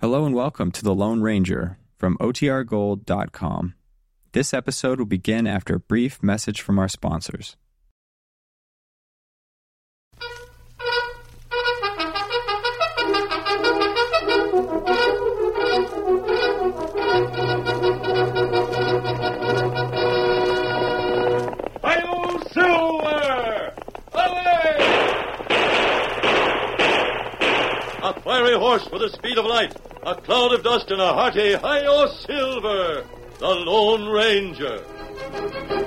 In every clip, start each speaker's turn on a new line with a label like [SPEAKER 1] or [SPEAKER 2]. [SPEAKER 1] Hello and welcome to The Lone Ranger from OTRGold.com. This episode will begin after a brief message from our sponsors.
[SPEAKER 2] Bio Silver! Away! A fiery horse with the speed of light, a cloud of dust, and a hearty Hi-yo Silver, the Lone Ranger.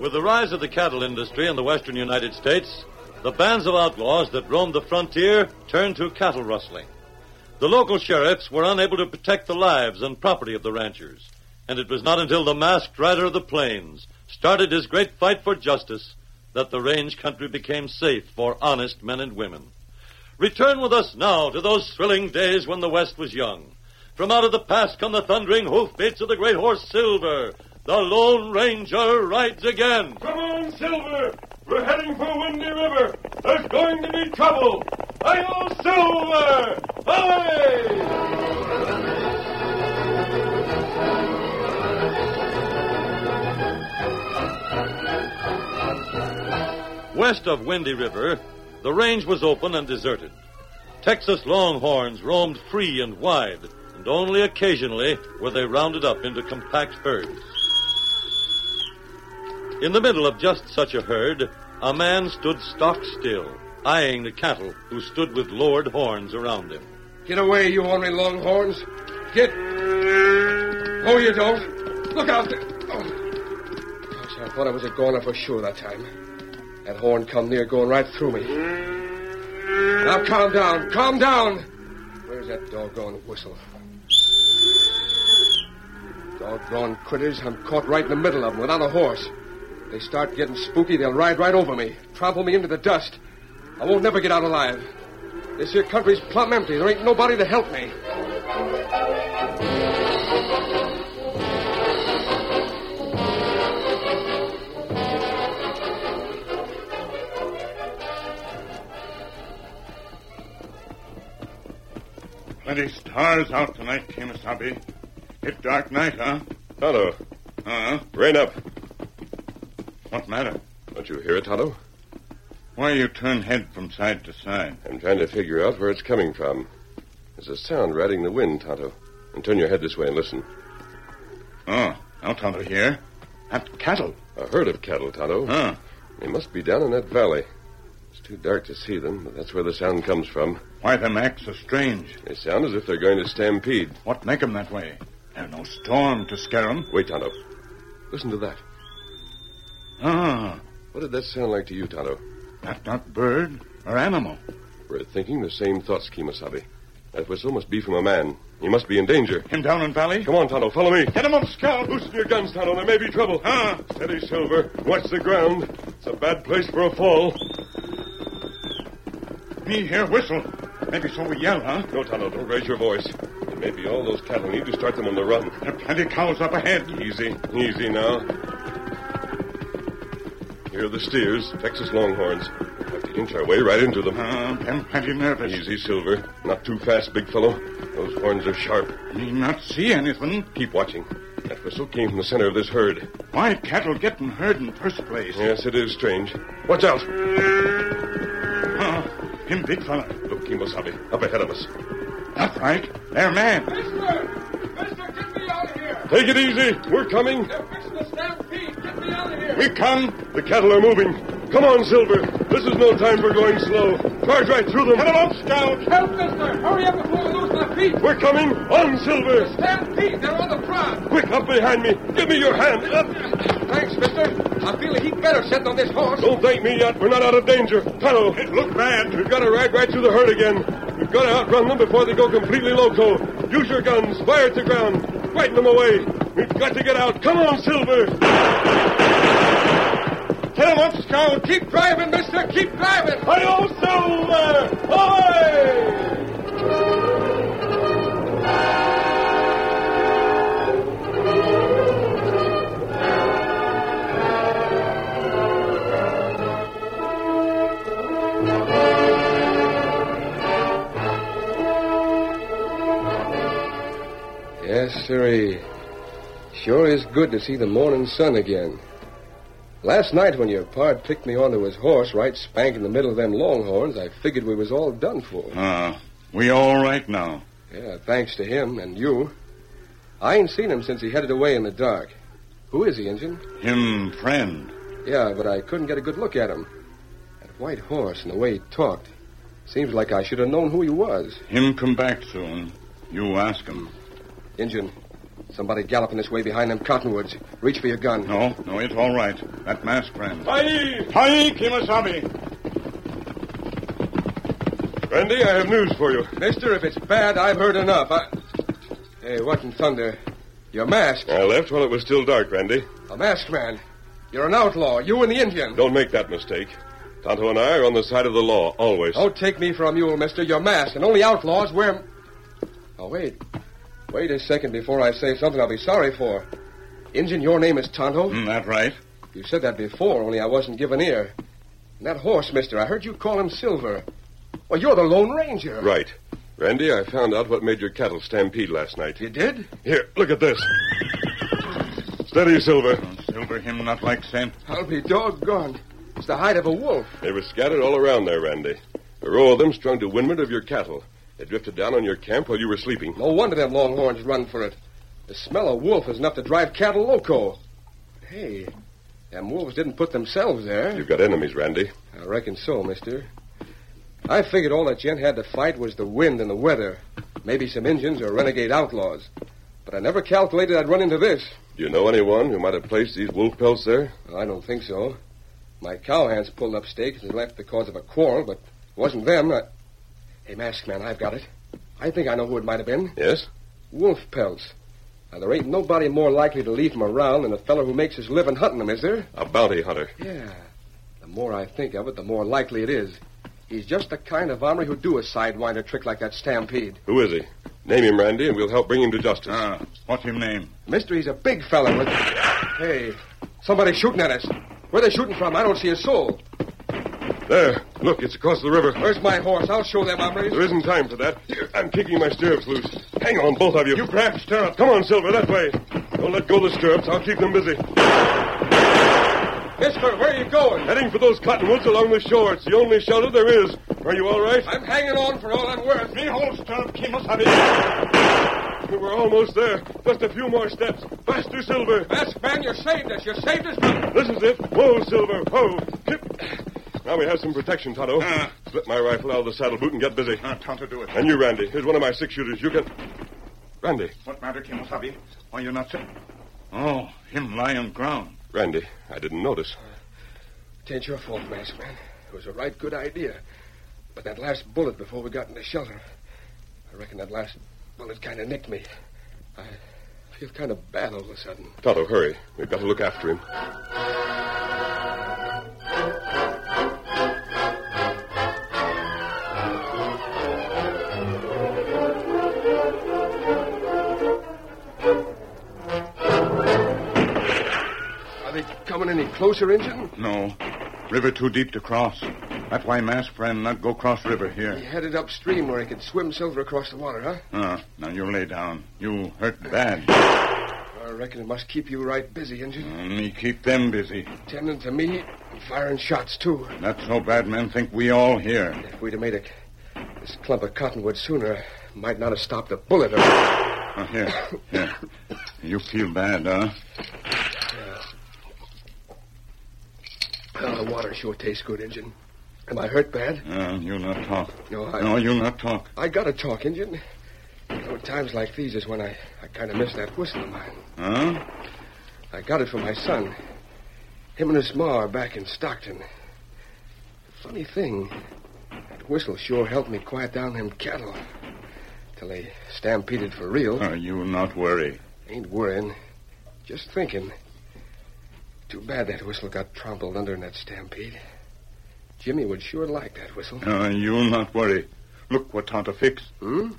[SPEAKER 2] With the rise of the cattle industry in the western United States, the bands of outlaws that roamed the frontier turned to cattle rustling. The local sheriffs were unable to protect the lives and property of the ranchers, and it was not until the masked rider of the plains started his great fight for justice that the range country became safe for honest men and women. Return with us now to those thrilling days when the West was young. From out of the past come the thundering hoofbeats of the great horse Silver. The Lone Ranger rides again.
[SPEAKER 3] Come on, Silver! We're heading for Windy River. There's going to be trouble. I know Silver! Away!
[SPEAKER 2] West of Windy River, the range was open and deserted. Texas longhorns roamed free and wide, and only occasionally were they rounded up into compact herds. In the middle of just such a herd, a man stood stock still, eyeing the cattle who stood with lowered horns around him.
[SPEAKER 4] Get away, you ornery longhorns. Get. No, you don't. Look out there. Oh. Gosh, I thought I was a goner for sure that time. That horn come near going right through me. Now calm down, calm down. Where's that doggone whistle? Doggone critters, I'm caught right in the middle of them without a horse. If they start getting spooky, they'll ride right over me, trample me into the dust. I won't never get out alive. This here country's plumb empty. There ain't nobody to help me.
[SPEAKER 5] Plenty stars out tonight, Kimasabi. Hit dark night, huh?
[SPEAKER 6] Tonto,
[SPEAKER 5] Huh?
[SPEAKER 6] rein up.
[SPEAKER 5] What matter?
[SPEAKER 6] Don't you hear it, Tonto?
[SPEAKER 5] Why you turn head from side to side?
[SPEAKER 6] I'm trying to figure out where it's coming from. There's a sound riding the wind, Tonto. And turn your head this way and listen.
[SPEAKER 5] Oh, out under here. That cattle.
[SPEAKER 6] A herd of cattle, Tonto.
[SPEAKER 5] Huh?
[SPEAKER 6] They must be down in that valley. It's too dark to see them, but that's where the sound comes from.
[SPEAKER 5] Why them acts are strange.
[SPEAKER 6] They sound as if they're going to stampede.
[SPEAKER 5] What make 'em that way? There's no storm to scare 'em.
[SPEAKER 6] Wait, Tonto. Listen to that.
[SPEAKER 5] Ah,
[SPEAKER 6] What did that sound like to you, Tonto?
[SPEAKER 5] that not bird or animal.
[SPEAKER 6] We're thinking the same thoughts, Kimasabi. That whistle must be from a man. He must be in danger.
[SPEAKER 5] Him down in valley?
[SPEAKER 6] Come on, Tonto, follow me.
[SPEAKER 5] Get him up, scout. Ah.
[SPEAKER 6] Loosen your guns, Tonto. There may be trouble.
[SPEAKER 5] Huh?
[SPEAKER 6] Steady, Silver. Watch the ground. It's a bad place for a fall.
[SPEAKER 5] me hear whistle. Maybe so we yell, huh?
[SPEAKER 6] No, Tonto, don't raise your voice. It may be all those cattle need to start them on the run.
[SPEAKER 5] There are plenty cows up ahead.
[SPEAKER 6] Easy, easy now. Here are the steers, Texas Longhorns. We'll have to inch our way right into them.
[SPEAKER 5] Uh, them plenty nervous.
[SPEAKER 6] Easy, Silver. Not too fast, big fellow. Those horns are sharp.
[SPEAKER 5] Me not see anything.
[SPEAKER 6] Keep watching. That whistle came from the center of this herd.
[SPEAKER 5] Why cattle getting herd in first place?
[SPEAKER 6] Yes, it is strange. Watch out!
[SPEAKER 5] Uh, him big fella.
[SPEAKER 6] Look, Kimosabe, up ahead of us.
[SPEAKER 5] That's right. They're man.
[SPEAKER 3] Mister! Mister, get me out of here!
[SPEAKER 6] Take it easy. We're coming.
[SPEAKER 3] They're fixing the stampede! Get me out of here!
[SPEAKER 6] We come. The cattle are moving. Come on, Silver. This is no time for going slow. Charge right through them. Come on, Scout.
[SPEAKER 3] Help, mister! Hurry up before we lose my feet!
[SPEAKER 6] We're coming. On, Silver.
[SPEAKER 3] Stampede! They're on the prod!
[SPEAKER 6] Quick, up behind me. Give me your hand. Up.
[SPEAKER 4] Thanks, mister. I feel a heap better sitting on this horse.
[SPEAKER 6] Don't thank me yet. We're not out of danger. Tonto.
[SPEAKER 5] It looked bad.
[SPEAKER 6] We've got to ride right through the herd again. We've got to outrun them before they go completely loco. Use your guns. Fire at the ground. Frighten them away. We've got to get out. Come on, Silver.
[SPEAKER 5] Get him up, Scout.
[SPEAKER 4] Keep driving, mister. Keep driving.
[SPEAKER 5] Hi-yo, Silver. Away!
[SPEAKER 4] Yes, sirree. Sure is good to see the morning sun again. Last night when your pard picked me onto his horse right spank in the middle of them longhorns, I figured we was all done for.
[SPEAKER 5] Uh, we all right now.
[SPEAKER 4] Yeah, thanks to him and you. I ain't seen him since he headed away in the dark. Who is he, Injun?
[SPEAKER 5] Him friend.
[SPEAKER 4] Yeah, but I couldn't get a good look at him. That white horse and the way he talked. Seems like I should have known who he was.
[SPEAKER 5] Him come back soon. You ask him.
[SPEAKER 4] Injun, somebody galloping this way behind them cottonwoods. Reach for your gun.
[SPEAKER 5] No, no, it's all right. That mask friend.
[SPEAKER 6] Aye.
[SPEAKER 5] Hi, Kimasabi.
[SPEAKER 6] Randy, I have news for you.
[SPEAKER 4] Mister, if it's bad, I've heard enough. I... Hey, what in thunder? You're masked.
[SPEAKER 6] I left while it was still dark, Randy.
[SPEAKER 4] A masked man. You're an outlaw. You and the Indian.
[SPEAKER 6] Don't make that mistake. Tonto and I are on the side of the law, always.
[SPEAKER 4] Don't take me for a mule, mister. You're masked, and only outlaws wear... Oh, wait. Wait a second before I say something I'll be sorry for. Injun, your name is Tonto?
[SPEAKER 7] Hmm,
[SPEAKER 5] Mm, that right?
[SPEAKER 4] You said that before, only I wasn't given ear. And that horse, mister, I heard you call him Silver. Well, you're the Lone Ranger.
[SPEAKER 6] Right. Randy, I found out what made your cattle stampede last night.
[SPEAKER 4] You did?
[SPEAKER 6] Here, look at this. Steady, Silver.
[SPEAKER 5] Don't silver him not like scent.
[SPEAKER 4] I'll be doggone. It's the hide of a wolf.
[SPEAKER 6] They were scattered all around there, Randy. A row of them strung to windward of your cattle. They drifted down on your camp while you were sleeping.
[SPEAKER 4] No wonder them longhorns run for it. The smell of wolf is enough to drive cattle loco. Hey, them wolves didn't put themselves there.
[SPEAKER 6] You've got enemies, Randy.
[SPEAKER 4] I reckon so, mister. I figured all that gent had to fight was the wind and the weather. Maybe some Injuns or renegade outlaws. But I never calculated I'd run into this.
[SPEAKER 6] Do you know anyone who might have placed these wolf pelts there?
[SPEAKER 4] I don't think so. My cowhands pulled up stakes and left because of a quarrel, but it wasn't them. I... Hey, masked man, I've got it. I think I know who it might have been.
[SPEAKER 6] Yes?
[SPEAKER 4] Wolf pelts. Now, there ain't nobody more likely to leave 'em around than a fellow who makes his living hunting 'em, is there?
[SPEAKER 6] A bounty hunter.
[SPEAKER 4] Yeah. The more I think of it, the more likely it is. He's just the kind of armory who'd do a sidewinder trick like that stampede.
[SPEAKER 6] Who is he? Name him, Randy, and we'll help bring him to justice.
[SPEAKER 5] Ah, what's him name?
[SPEAKER 4] Mister, he's a big fella with... Hey, somebody's shooting at us. Where they shooting from? I don't see a soul.
[SPEAKER 6] There. Look, it's across the river.
[SPEAKER 4] Where's my horse? I'll show them armories.
[SPEAKER 6] There isn't time for that. Here, I'm kicking my stirrups loose. Hang on, both of you.
[SPEAKER 5] You grab stirrup.
[SPEAKER 6] Come on, Silver, that way. Don't let go of the stirrups. I'll keep them busy.
[SPEAKER 4] Mister, where are you going?
[SPEAKER 6] Heading for those cottonwoods along the shore. It's the only shelter there is. Are you all right?
[SPEAKER 4] I'm hanging on for all I'm worth.
[SPEAKER 5] Me hold stirrup, Kimasabi.
[SPEAKER 6] We're almost there. Just a few more steps. Faster, Silver.
[SPEAKER 4] Masked man, you saved us. You saved us from...
[SPEAKER 6] This is it. Whoa, Silver. Whoa. Hip. Now we have some protection, Tonto.
[SPEAKER 5] Ah.
[SPEAKER 6] Slip my rifle out of the saddle boot and get busy.
[SPEAKER 5] Now, time Ah, to do it.
[SPEAKER 6] And you, Randy. Here's one of my six shooters. You can. Randy.
[SPEAKER 5] What matter, Kimasabi? Why you not sit? Oh, him lie on ground.
[SPEAKER 6] Randy, I didn't notice.
[SPEAKER 4] It ain't your fault, masked man. It was a right good idea. But that last bullet before we got into shelter, I reckon that last bullet kind of nicked me. I feel kind of bad all of a sudden.
[SPEAKER 6] Tonto, hurry. We've got to look after him.
[SPEAKER 4] closer, Injun?
[SPEAKER 7] No. River too deep to cross. That's why mass friend not go cross river
[SPEAKER 4] He
[SPEAKER 7] here.
[SPEAKER 4] headed upstream where he could swim Silver across the water, huh?
[SPEAKER 7] Ah, now you lay down. You hurt bad.
[SPEAKER 4] I reckon it must keep you right busy, Injun.
[SPEAKER 7] And me keep them busy.
[SPEAKER 4] Tending to me and firing shots, too.
[SPEAKER 7] Not so bad men think we all here.
[SPEAKER 4] If we'd have made it, this clump of cottonwood sooner, I might not have stopped a bullet. Or...
[SPEAKER 7] Oh, here, here. You feel bad, huh?
[SPEAKER 4] Oh, the water sure tastes good, Injun. Am I hurt bad?
[SPEAKER 7] Uh, you not talk.
[SPEAKER 4] No, I,
[SPEAKER 7] No, you not talk.
[SPEAKER 4] I gotta talk, Injun. You know, times like these is when I, I kind of miss that whistle of mine.
[SPEAKER 7] Huh?
[SPEAKER 4] I got it for my son. Him and his ma are back in Stockton. Funny thing, that whistle sure helped me quiet down them cattle. Till they stampeded for real.
[SPEAKER 7] Uh, you not worry.
[SPEAKER 4] Ain't worrying, just thinking. Too bad that whistle got trampled under in that stampede. Jimmy would sure like that whistle.
[SPEAKER 7] Uh, you not worry. Look what Tonto fix.
[SPEAKER 4] Hmm?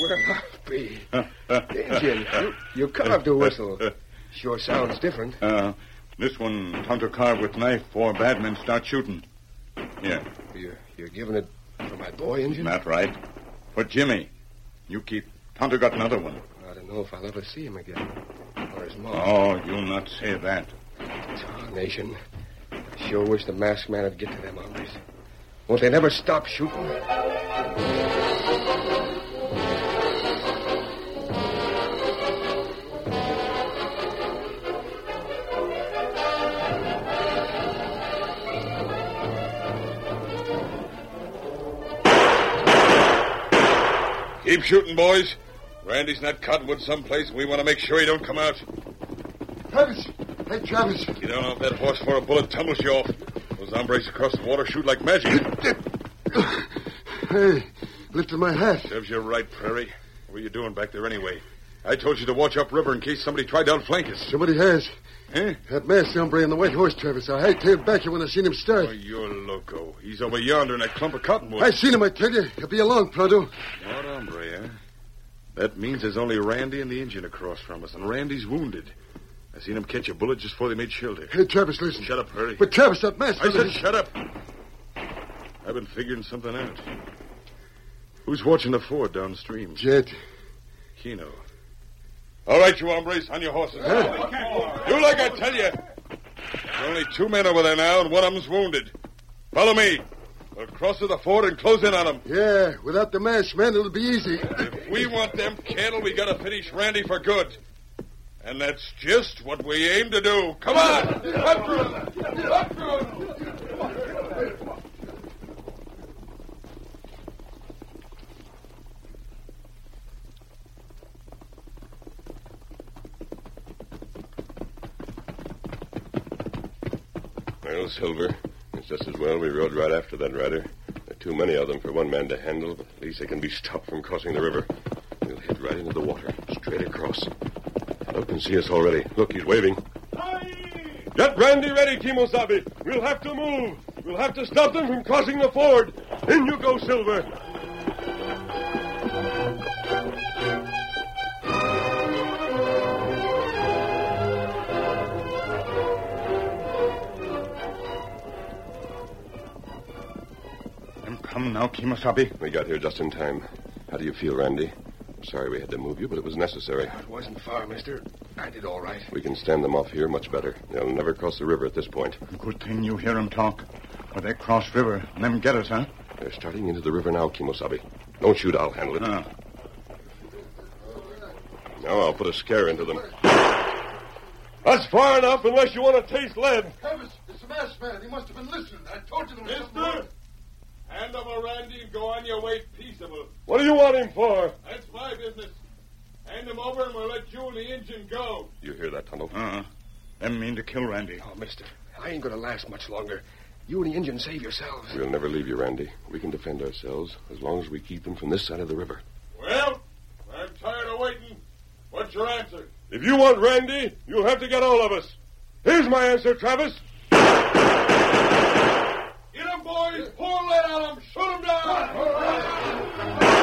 [SPEAKER 4] Where I be?
[SPEAKER 7] Uh,
[SPEAKER 4] Injun, you, you carved a whistle. Sure sounds different.
[SPEAKER 7] Uh, this one Tonto carve with knife before bad men start shooting. Here,
[SPEAKER 4] You're, you're giving it for my boy, Injun?
[SPEAKER 7] not right. For Jimmy. You keep. Tonto got another one.
[SPEAKER 4] I don't know if I'll ever see him again. Or his mom.
[SPEAKER 7] Oh, you not say that.
[SPEAKER 4] Nation. I sure wish the masked man would get to them hombres. Won't they never stop shooting?
[SPEAKER 5] Keep shooting, boys. Randy's in that cottonwood someplace, and we want to make sure he don't come out.
[SPEAKER 4] Travis! Hey, Travis!
[SPEAKER 5] Get down off that horse before a bullet tumbles you off. Those hombres across the water shoot like magic.
[SPEAKER 4] Hey, lifted my hat.
[SPEAKER 5] Serves you right, Prairie. What were you doing back there anyway? I told you to watch up river in case somebody tried to outflank us.
[SPEAKER 4] Somebody has.
[SPEAKER 5] Eh?
[SPEAKER 4] That masked hombre and the white horse, Travis. I hightailed back here when I seen him start.
[SPEAKER 5] Oh, you're loco. He's over yonder in that clump of cottonwood.
[SPEAKER 4] I seen him, I tell you. He'll be along, Prado.
[SPEAKER 5] What hombre, huh? That means there's only Randy and the engine across from us, and Randy's wounded. I seen him catch a bullet just before they made shelter.
[SPEAKER 4] Hey, Travis, listen.
[SPEAKER 5] Shut up, Prairie.
[SPEAKER 4] But, Travis, that masked
[SPEAKER 5] I said shut up. I've been figuring something out. Who's watching the ford downstream?
[SPEAKER 4] Jet.
[SPEAKER 5] Keno. All right, you hombres, on your horses. Do like I tell you. There's only two men over there now, and one of them's wounded. Follow me. We'll cross to the ford and close in on them.
[SPEAKER 4] Yeah, without the masked man, it'll be easy.
[SPEAKER 5] If we want them cattle, we gotta finish Randy for good. And that's just what we aim to do. Come on! Up to 'em!
[SPEAKER 6] Well, Silver, it's just as well we rode right after that rider. There are too many of them for one man to handle, but at least they can be stopped from crossing the river. We'll head right into the water, straight across. Hello can see us already. Look, he's waving.
[SPEAKER 5] Get Randy ready, Kimosabe. We'll have to move. We'll have to stop them from crossing the ford. In you go, Silver.
[SPEAKER 7] I'm coming now, Kimasabi.
[SPEAKER 6] We got here just in time. How do you feel, Randy? I'm sorry we had to move you, but it was necessary.
[SPEAKER 4] It wasn't far, mister. I did all right.
[SPEAKER 6] We can stand them off here much better. They'll never cross the river at this point.
[SPEAKER 7] Good thing you hear 'em talk. Or they cross river and them get us, huh?
[SPEAKER 6] They're starting into the river now, Kimosabe. Don't shoot, I'll handle it.
[SPEAKER 7] Ah.
[SPEAKER 6] Now I'll put a scare into them.
[SPEAKER 5] That's far enough unless you want to taste lead.
[SPEAKER 4] Travis, it's the masked man. He must have been listening. I told you there was something wrong.
[SPEAKER 5] Mister, hand over Randy and go on your way peaceable. What do you want him for? That's my business. Hand him over and we'll let you and the engine go.
[SPEAKER 6] You hear that, Tonto?
[SPEAKER 5] Uh-huh.
[SPEAKER 7] Uh, them mean to kill Randy.
[SPEAKER 4] Oh, mister, I ain't gonna last much longer. You and the engine save yourselves.
[SPEAKER 6] We'll never leave you, Randy. We can defend ourselves as long as we keep them from this side of the river.
[SPEAKER 5] Well, I'm tired of waiting. What's your answer? If you want Randy, you'll have to get all of us. Here's my answer, Travis. Get him, boys. Pour lead on him. Shoot him down.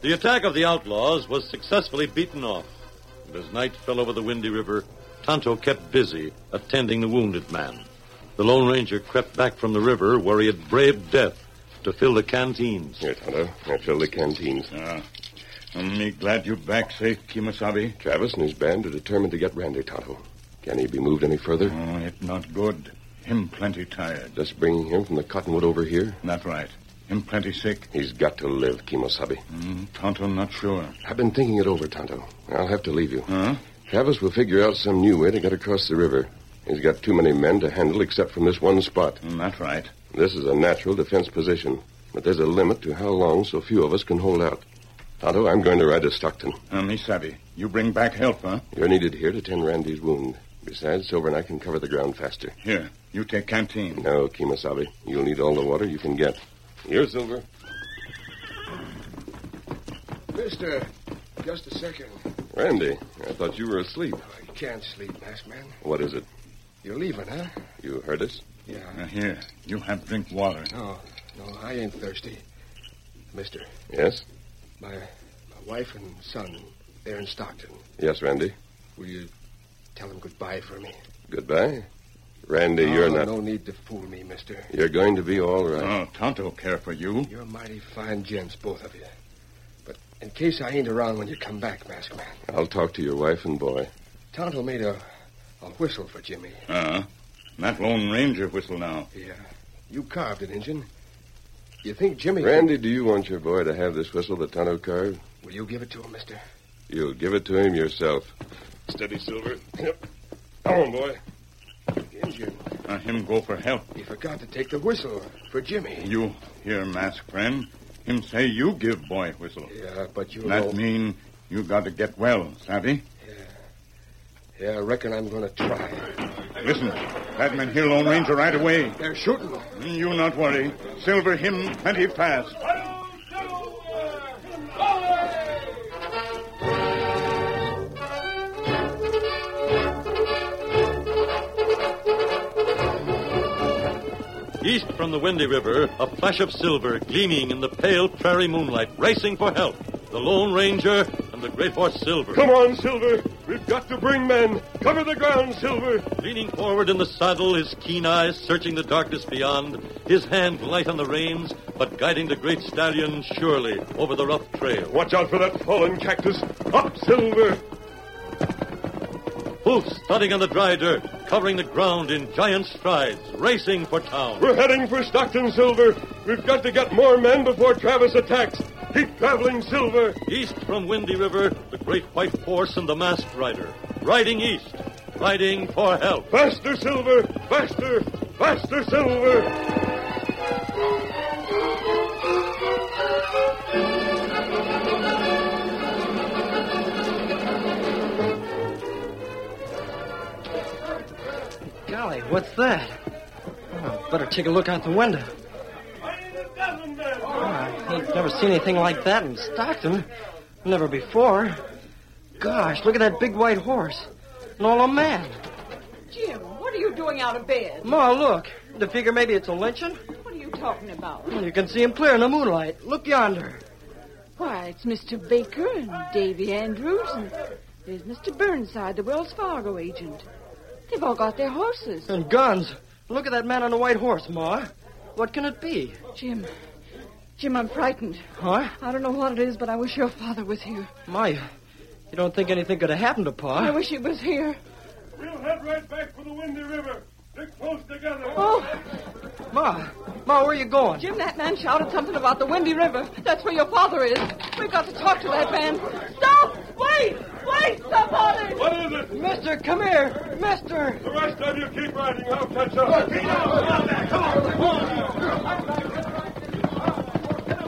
[SPEAKER 2] The attack of the outlaws was successfully beaten off, and as night fell over the Windy River, Tonto kept busy attending the wounded man. The Lone Ranger crept back from the river where he had braved death to fill the canteens.
[SPEAKER 8] Here, Tonto. I fill the canteens.
[SPEAKER 5] Ah, only glad you're back safe, Kimasabi.
[SPEAKER 8] Travis and his band are determined to get Randy, Tonto. Can he be moved any further?
[SPEAKER 5] Oh, it not good. Him plenty tired.
[SPEAKER 8] Just bringing him from the cottonwood over here?
[SPEAKER 5] Not right. Him plenty sick.
[SPEAKER 8] He's got to live, Kimosabe.
[SPEAKER 5] Mm, Tonto not sure.
[SPEAKER 8] I've been thinking it over, Tonto. I'll have to leave you.
[SPEAKER 5] Huh?
[SPEAKER 8] Travis will figure out some new way to get across the river. He's got too many men to handle except from this one spot.
[SPEAKER 5] Not right.
[SPEAKER 8] This is a natural defense position, but there's a limit to how long so few of us can hold out. Tonto, I'm going to ride to Stockton.
[SPEAKER 5] Uh, Misabi, you bring back help, huh?
[SPEAKER 8] You're needed here to tend Randy's wound. Besides, Silver and I can cover the ground faster.
[SPEAKER 5] Here, you take canteen.
[SPEAKER 8] No, Kimosabe, you'll need all the water you can get. Here, Silver.
[SPEAKER 4] Mister, just a second.
[SPEAKER 8] Randy, I thought you were asleep.
[SPEAKER 4] I can't sleep, masked man.
[SPEAKER 8] What is it?
[SPEAKER 4] You're leaving, huh?
[SPEAKER 8] You heard us?
[SPEAKER 4] Yeah.
[SPEAKER 5] Uh, here, you have drink water.
[SPEAKER 4] No, no, I ain't thirsty. Mister,
[SPEAKER 8] Yes?
[SPEAKER 4] my, my wife and son, they're in Stockton.
[SPEAKER 8] Yes, Randy.
[SPEAKER 4] Will you tell them goodbye for me?
[SPEAKER 8] Goodbye. Randy,
[SPEAKER 4] No,
[SPEAKER 8] you're not.
[SPEAKER 4] No need to fool me, mister.
[SPEAKER 8] You're going to be all right.
[SPEAKER 5] Oh, Tonto care for you.
[SPEAKER 4] You're mighty fine gents, both of you. But in case I ain't around when you come back, masked man,
[SPEAKER 8] I'll talk to your wife and boy.
[SPEAKER 4] Tonto made a, a whistle for Jimmy.
[SPEAKER 5] Uh, that Lone Ranger whistle now.
[SPEAKER 4] Yeah. You carved it, Injun. You think Jimmy...
[SPEAKER 8] Randy, do you want your boy to have this whistle that Tonto carved?
[SPEAKER 4] Will you give it to him, mister?
[SPEAKER 8] You'll give it to him yourself. Steady, Silver. Yep. Come on, boy.
[SPEAKER 4] Injun,
[SPEAKER 5] Uh, him go for help.
[SPEAKER 4] he forgot to take the whistle for Jimmy.
[SPEAKER 5] You here, mask friend. Him say you give boy whistle.
[SPEAKER 4] Yeah, but you know...
[SPEAKER 5] That mean you got to get well, savvy?
[SPEAKER 4] Yeah, I reckon I'm going to try.
[SPEAKER 5] Listen, that man here Lone Ranger right away.
[SPEAKER 4] They're shooting.
[SPEAKER 5] You not worry. Silver him plenty fast.
[SPEAKER 2] East from the Windy River, a flash of silver gleaming in the pale prairie moonlight, racing for help. The Lone Ranger and the great horse Silver.
[SPEAKER 6] Come on, Silver. We've got to bring men. Cover the ground, Silver.
[SPEAKER 2] Leaning forward in the saddle, his keen eyes searching the darkness beyond, his hand light on the reins, but guiding the great stallion surely over the rough trail.
[SPEAKER 6] Watch out for that fallen cactus. Up, Silver.
[SPEAKER 2] Hoofs thudding on the dry dirt, covering the ground in giant strides, racing for town.
[SPEAKER 6] We're heading for Stockton, Silver. We've got to get more men before Travis attacks. Keep traveling, Silver.
[SPEAKER 2] East from Windy River, the great white horse and the masked rider, riding east, riding for help.
[SPEAKER 6] Faster, Silver. Faster. Faster, Silver.
[SPEAKER 9] Golly, what's that? Oh, better take a look out the window. Oh, I ain't never seen anything like that in Stockton. Never before. Gosh, look at that big white horse. And all a man.
[SPEAKER 10] Jim, what are you doing out of bed?
[SPEAKER 9] Ma, look. The figure maybe it's a lynching.
[SPEAKER 10] What are you talking about?
[SPEAKER 9] You can see him clear in the moonlight. Look yonder.
[SPEAKER 10] Why, it's Mr. Baker and Davy Andrews, and there's Mr. Burnside, the Wells Fargo agent. They've all got their horses.
[SPEAKER 9] And guns. Look at that man on the white horse, Ma. What can it be?
[SPEAKER 10] Jim, Jim, I'm frightened.
[SPEAKER 9] Huh?
[SPEAKER 10] I don't know what it is, but I wish your father was here.
[SPEAKER 9] Ma, you you don't think anything could have happened to Pa?
[SPEAKER 10] I wish he was here.
[SPEAKER 3] We'll head right back for the Windy River. Stick close together.
[SPEAKER 10] Oh,
[SPEAKER 9] Ma, Ma, where are you going?
[SPEAKER 10] Jim, that man shouted something about the Windy River. That's where your father is. We've got to talk to that man. Stop! Wait! Wait, somebody!
[SPEAKER 3] What is it?
[SPEAKER 9] Mister, come here. Mister.
[SPEAKER 3] The rest of you keep riding. I'll catch up.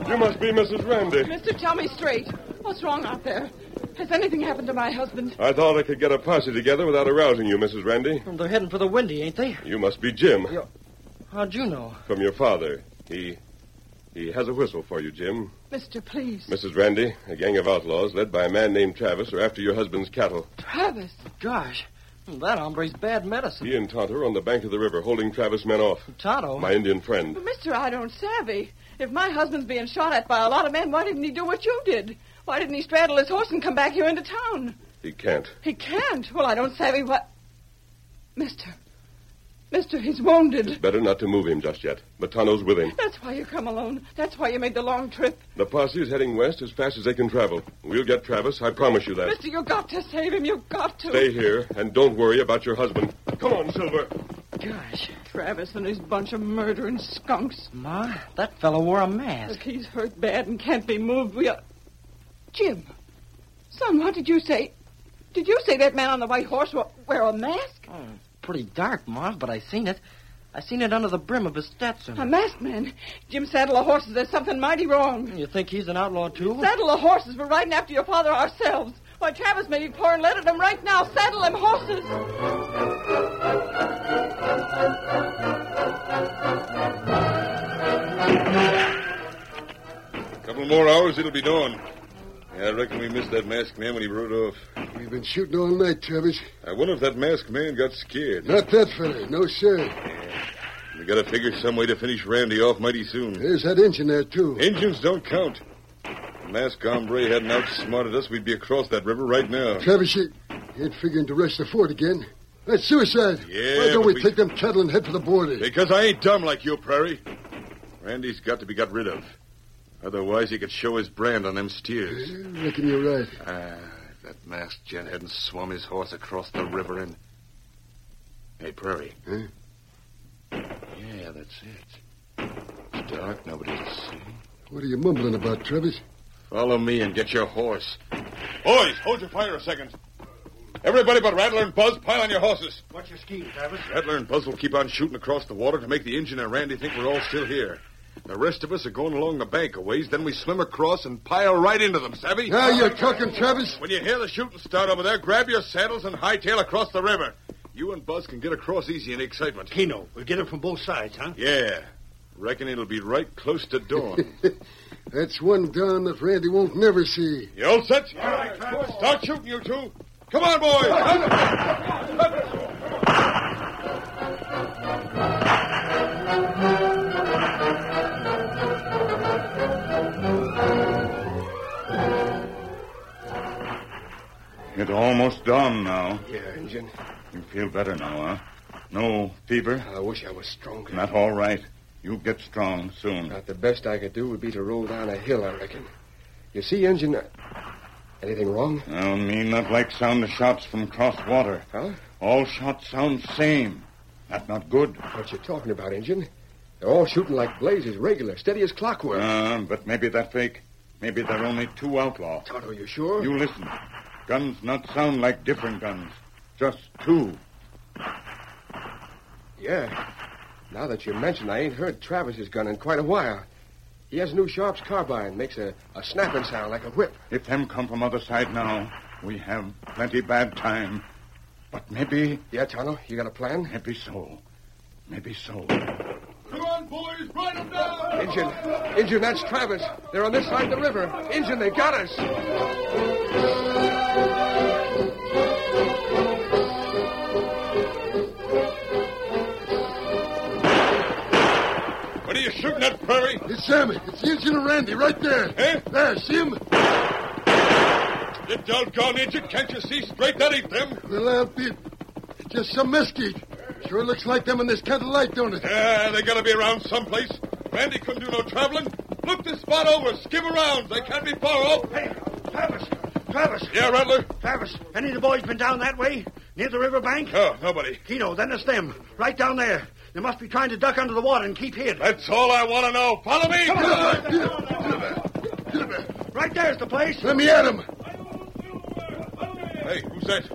[SPEAKER 6] You must be Mrs. Randy.
[SPEAKER 10] Mister, tell me straight. What's wrong out there? Has anything happened to my husband?
[SPEAKER 2] I thought I could get a posse together without arousing you, Mrs. Randy.
[SPEAKER 6] They're heading for the Windy, ain't they?
[SPEAKER 2] You must be Jim.
[SPEAKER 6] How'd you know?
[SPEAKER 2] From your father. He. He has a whistle for you, Jim.
[SPEAKER 10] Mister, please.
[SPEAKER 2] Mrs. Randy, a gang of outlaws led by a man named Travis are after your husband's cattle.
[SPEAKER 10] Travis.
[SPEAKER 6] Gosh, that hombre's bad medicine.
[SPEAKER 2] He and Tonto are on the bank of the river holding Travis' men off.
[SPEAKER 6] Tonto?
[SPEAKER 2] My Indian friend.
[SPEAKER 10] But, mister, I don't savvy. If my husband's being shot at by a lot of men, why didn't he do what you did? Why didn't he straddle his horse and come back here into town?
[SPEAKER 2] He can't.
[SPEAKER 10] He can't. Well, I don't savvy what. Mister. Mister, he's wounded.
[SPEAKER 2] Better not to move him just yet. But Tonto's with him.
[SPEAKER 10] That's why you come alone. That's why you made the long trip.
[SPEAKER 2] The posse is heading west as fast as they can travel. We'll get Travis, I promise you that.
[SPEAKER 10] Mister, you got to save him. You got to.
[SPEAKER 2] Stay here and don't worry about your husband. Come on, Silver.
[SPEAKER 10] Gosh. Travis and his bunch of murdering skunks.
[SPEAKER 6] Ma, that fellow wore a mask.
[SPEAKER 10] Look, he's hurt bad and can't be moved. We are. Jim. Son, what did you say? Did you say that man on the white horse wa- wear a mask?
[SPEAKER 6] Oh, it's pretty dark, Ma, but I seen it. I seen it under the brim of his Stetson.
[SPEAKER 10] A masked man. Jim, saddle the horses. There's something mighty wrong.
[SPEAKER 6] You think he's an outlaw, too?
[SPEAKER 10] Saddle the horses. We're riding after your father ourselves. Why, Travis may be pouring lead at them right now. Saddle them horses.
[SPEAKER 5] A couple more hours, it'll be dawn. Yeah, I reckon we missed that masked man when he rode off.
[SPEAKER 4] We've been shooting all night, Travis.
[SPEAKER 5] I wonder if that masked man got scared.
[SPEAKER 4] Not that fella. No, sir.
[SPEAKER 5] We gotta figure some way to finish Randy off mighty soon.
[SPEAKER 4] There's that engine there, too.
[SPEAKER 5] Engines don't count. If the masked hombre hadn't outsmarted us, we'd be across that river right now.
[SPEAKER 4] Travis, you you ain't figuring to rush the fort again. That's suicide.
[SPEAKER 5] Yeah,
[SPEAKER 4] Why don't
[SPEAKER 5] but
[SPEAKER 4] we,
[SPEAKER 5] we-
[SPEAKER 4] take them cattle and head for the border?
[SPEAKER 5] Because I ain't dumb like you, Prairie. Randy's got to be got rid of. Otherwise, he could show his brand on them steers.
[SPEAKER 4] I reckon you're right.
[SPEAKER 5] Ah, if that masked gent hadn't swum his horse across the river and. Hey, Prairie.
[SPEAKER 4] Huh?
[SPEAKER 5] Yeah, that's it. It's dark, nobody can see.
[SPEAKER 4] What are you mumbling about, Travis?
[SPEAKER 5] Follow me and get your horse. Boys, hold your fire a second. Everybody but Rattler and Buzz, pile on your horses.
[SPEAKER 6] What's your scheme, Travis?
[SPEAKER 5] Rattler and Buzz will keep on shooting across the water to make the engine and Randy think we're all still here. The rest of us are going along the bank a ways, then we swim across and pile right into them, savvy?
[SPEAKER 4] Now you're talking, Travis.
[SPEAKER 5] When you hear the shooting start over there, grab your saddles and hightail across the river. You and Buzz can get across easy in the excitement.
[SPEAKER 11] Keno, we'll get him from both sides, huh?
[SPEAKER 5] Yeah. Reckon it'll be right close to dawn.
[SPEAKER 4] That's one down that Randy won't never see.
[SPEAKER 5] you all set? Start shooting, you two. Come on, boys.
[SPEAKER 12] It's almost dawn now.
[SPEAKER 13] Yeah, engine.
[SPEAKER 12] You feel better now, huh? No fever?
[SPEAKER 13] I wish I was stronger.
[SPEAKER 12] Not all right. You'll get strong soon.
[SPEAKER 13] About the best I could do would be to roll down a hill, I reckon. You see, engine. uh, Anything wrong?
[SPEAKER 12] I mean, not like sound of shots from across water.
[SPEAKER 13] Huh?
[SPEAKER 12] All shots sound same. That not good.
[SPEAKER 13] What you talking about, engine? They're all shooting like blazes, regular, steady as clockwork.
[SPEAKER 12] Uh, but maybe that fake. Maybe they're only two outlaw.
[SPEAKER 13] Tonto, you sure?
[SPEAKER 12] You listen. Guns not sound like different guns. Just two.
[SPEAKER 13] Yeah. Now that you mention, I ain't heard Travis's gun in quite a while. He has a new Sharps carbine, makes a, a snapping sound like a whip.
[SPEAKER 12] If them come from other side now, we have plenty bad time. But maybe,
[SPEAKER 13] Yeah, Tonto, you got a plan?
[SPEAKER 12] maybe so. Maybe so.
[SPEAKER 5] Come on, boys. Ride them down.
[SPEAKER 13] Engine, engine, that's Travis. They're on this side of the river. Engine, they got us.
[SPEAKER 5] What are you shooting at, Prairie?
[SPEAKER 4] It's Sammy. It's the engine of Randy right there.
[SPEAKER 5] Eh?
[SPEAKER 4] There, see him?
[SPEAKER 5] You doggone idiot. Can't you see straight that ain't them?
[SPEAKER 4] Well, I'll be. It's just some mesquite. Sure looks like them in this cattle light, don't it?
[SPEAKER 5] Yeah, they gotta be around someplace. Randy couldn't do no traveling. Look this spot over. Skim around. They can't be far off.
[SPEAKER 11] Hey, Travis! Travis!
[SPEAKER 5] Yeah, Rattler?
[SPEAKER 11] Travis, any of the boys been down that way? Near the riverbank?
[SPEAKER 5] Oh, nobody.
[SPEAKER 11] Keno, then it's them. Right down there. They must be trying to duck under the water and keep hid.
[SPEAKER 5] That's all I want to know. Follow me. Come Uh,
[SPEAKER 11] Right there's the place.
[SPEAKER 4] Let me at him.
[SPEAKER 5] Hey, who's that?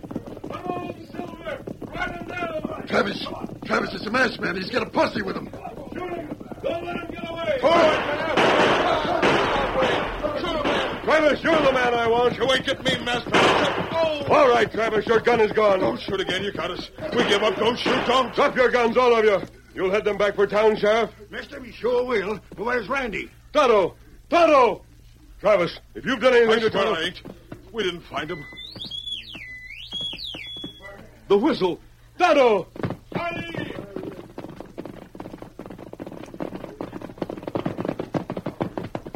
[SPEAKER 4] Travis. Travis, it's a masked man. He's got a posse with him.
[SPEAKER 5] Forward. Shoot him, man.
[SPEAKER 6] Travis, you're the man I want. You ain't get me, Master. All right, Travis, your gun is gone. Don't shoot again. You got us. We give up. Don't shoot, Tom. Drop your guns, all of you. You'll head them back for town, Sheriff.
[SPEAKER 14] Mister, we sure will. But where's Randy?
[SPEAKER 6] Tonto! Tonto! Travis, if you've done anything
[SPEAKER 14] I
[SPEAKER 6] to
[SPEAKER 14] swear
[SPEAKER 6] Tonto...
[SPEAKER 14] I
[SPEAKER 6] We didn't find him. The whistle. Tonto!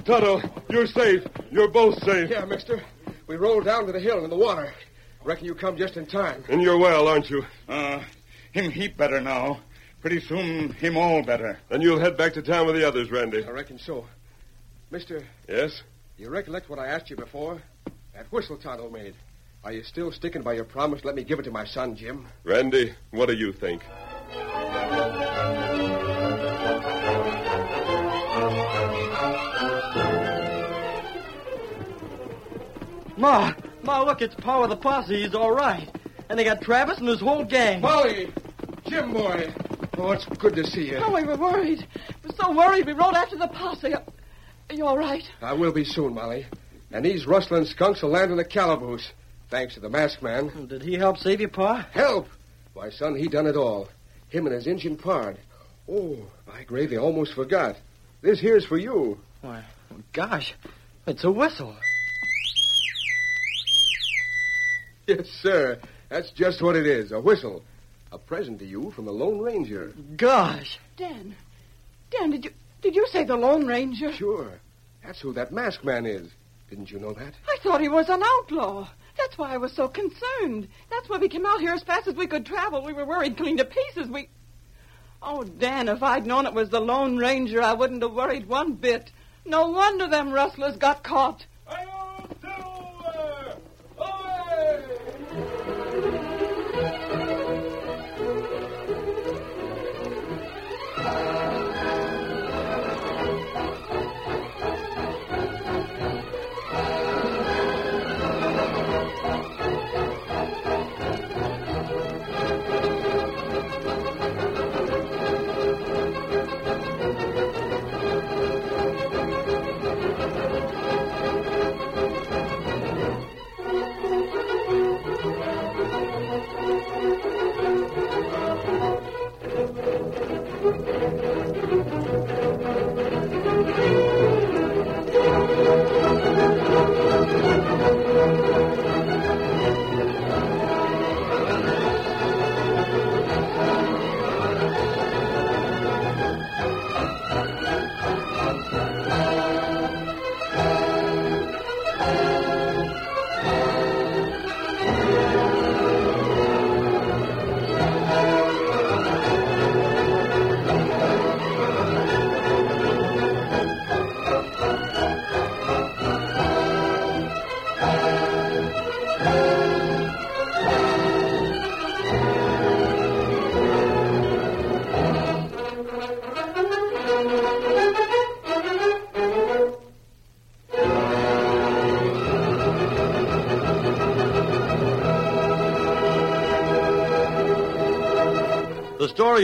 [SPEAKER 6] Tonto, you're safe. You're both safe.
[SPEAKER 4] Yeah, mister. We rolled down to the hill in the water. Reckon you come just in time.
[SPEAKER 6] And you're well, aren't you?
[SPEAKER 5] Uh, him heap better now. Pretty soon, him all better.
[SPEAKER 6] Then you'll head back to town with the others, Randy.
[SPEAKER 4] I reckon so. Mister,
[SPEAKER 6] Yes?
[SPEAKER 4] you recollect what I asked you before? That whistle Tonto made. Are you still sticking by your promise? Let me give it to my son, Jim.
[SPEAKER 6] Randy, what do you think?
[SPEAKER 9] Ma, Ma, look, it's Power the Posse. He's all right. And they got Travis and his whole gang.
[SPEAKER 4] Molly! Jim boy! Oh, it's good to see you.
[SPEAKER 10] Oh, we were worried. We were so worried we rode after the posse. Are you all right?
[SPEAKER 4] I will be soon, Molly. And these rustling skunks will land in the calaboose, thanks to the masked man.
[SPEAKER 9] Did he help save you, Pa?
[SPEAKER 4] Help! Why, son, he done it all. Him and his Injun pard. Oh, by grave, they almost forgot. This here's for you.
[SPEAKER 9] Why, gosh, it's a whistle.
[SPEAKER 4] Yes, sir. That's just what it is, a whistle. A present to you from the Lone Ranger.
[SPEAKER 9] Gosh.
[SPEAKER 10] Dan. Dan, did you did you say the Lone Ranger?
[SPEAKER 4] Sure. That's who that masked man is. Didn't you know that?
[SPEAKER 10] I thought he was an outlaw. That's why I was so concerned. That's why we came out here as fast as we could travel. We were worried clean to pieces. We. Oh, Dan, if I'd known it was the Lone Ranger, I wouldn't have worried one bit. No wonder them rustlers got caught.
[SPEAKER 2] The story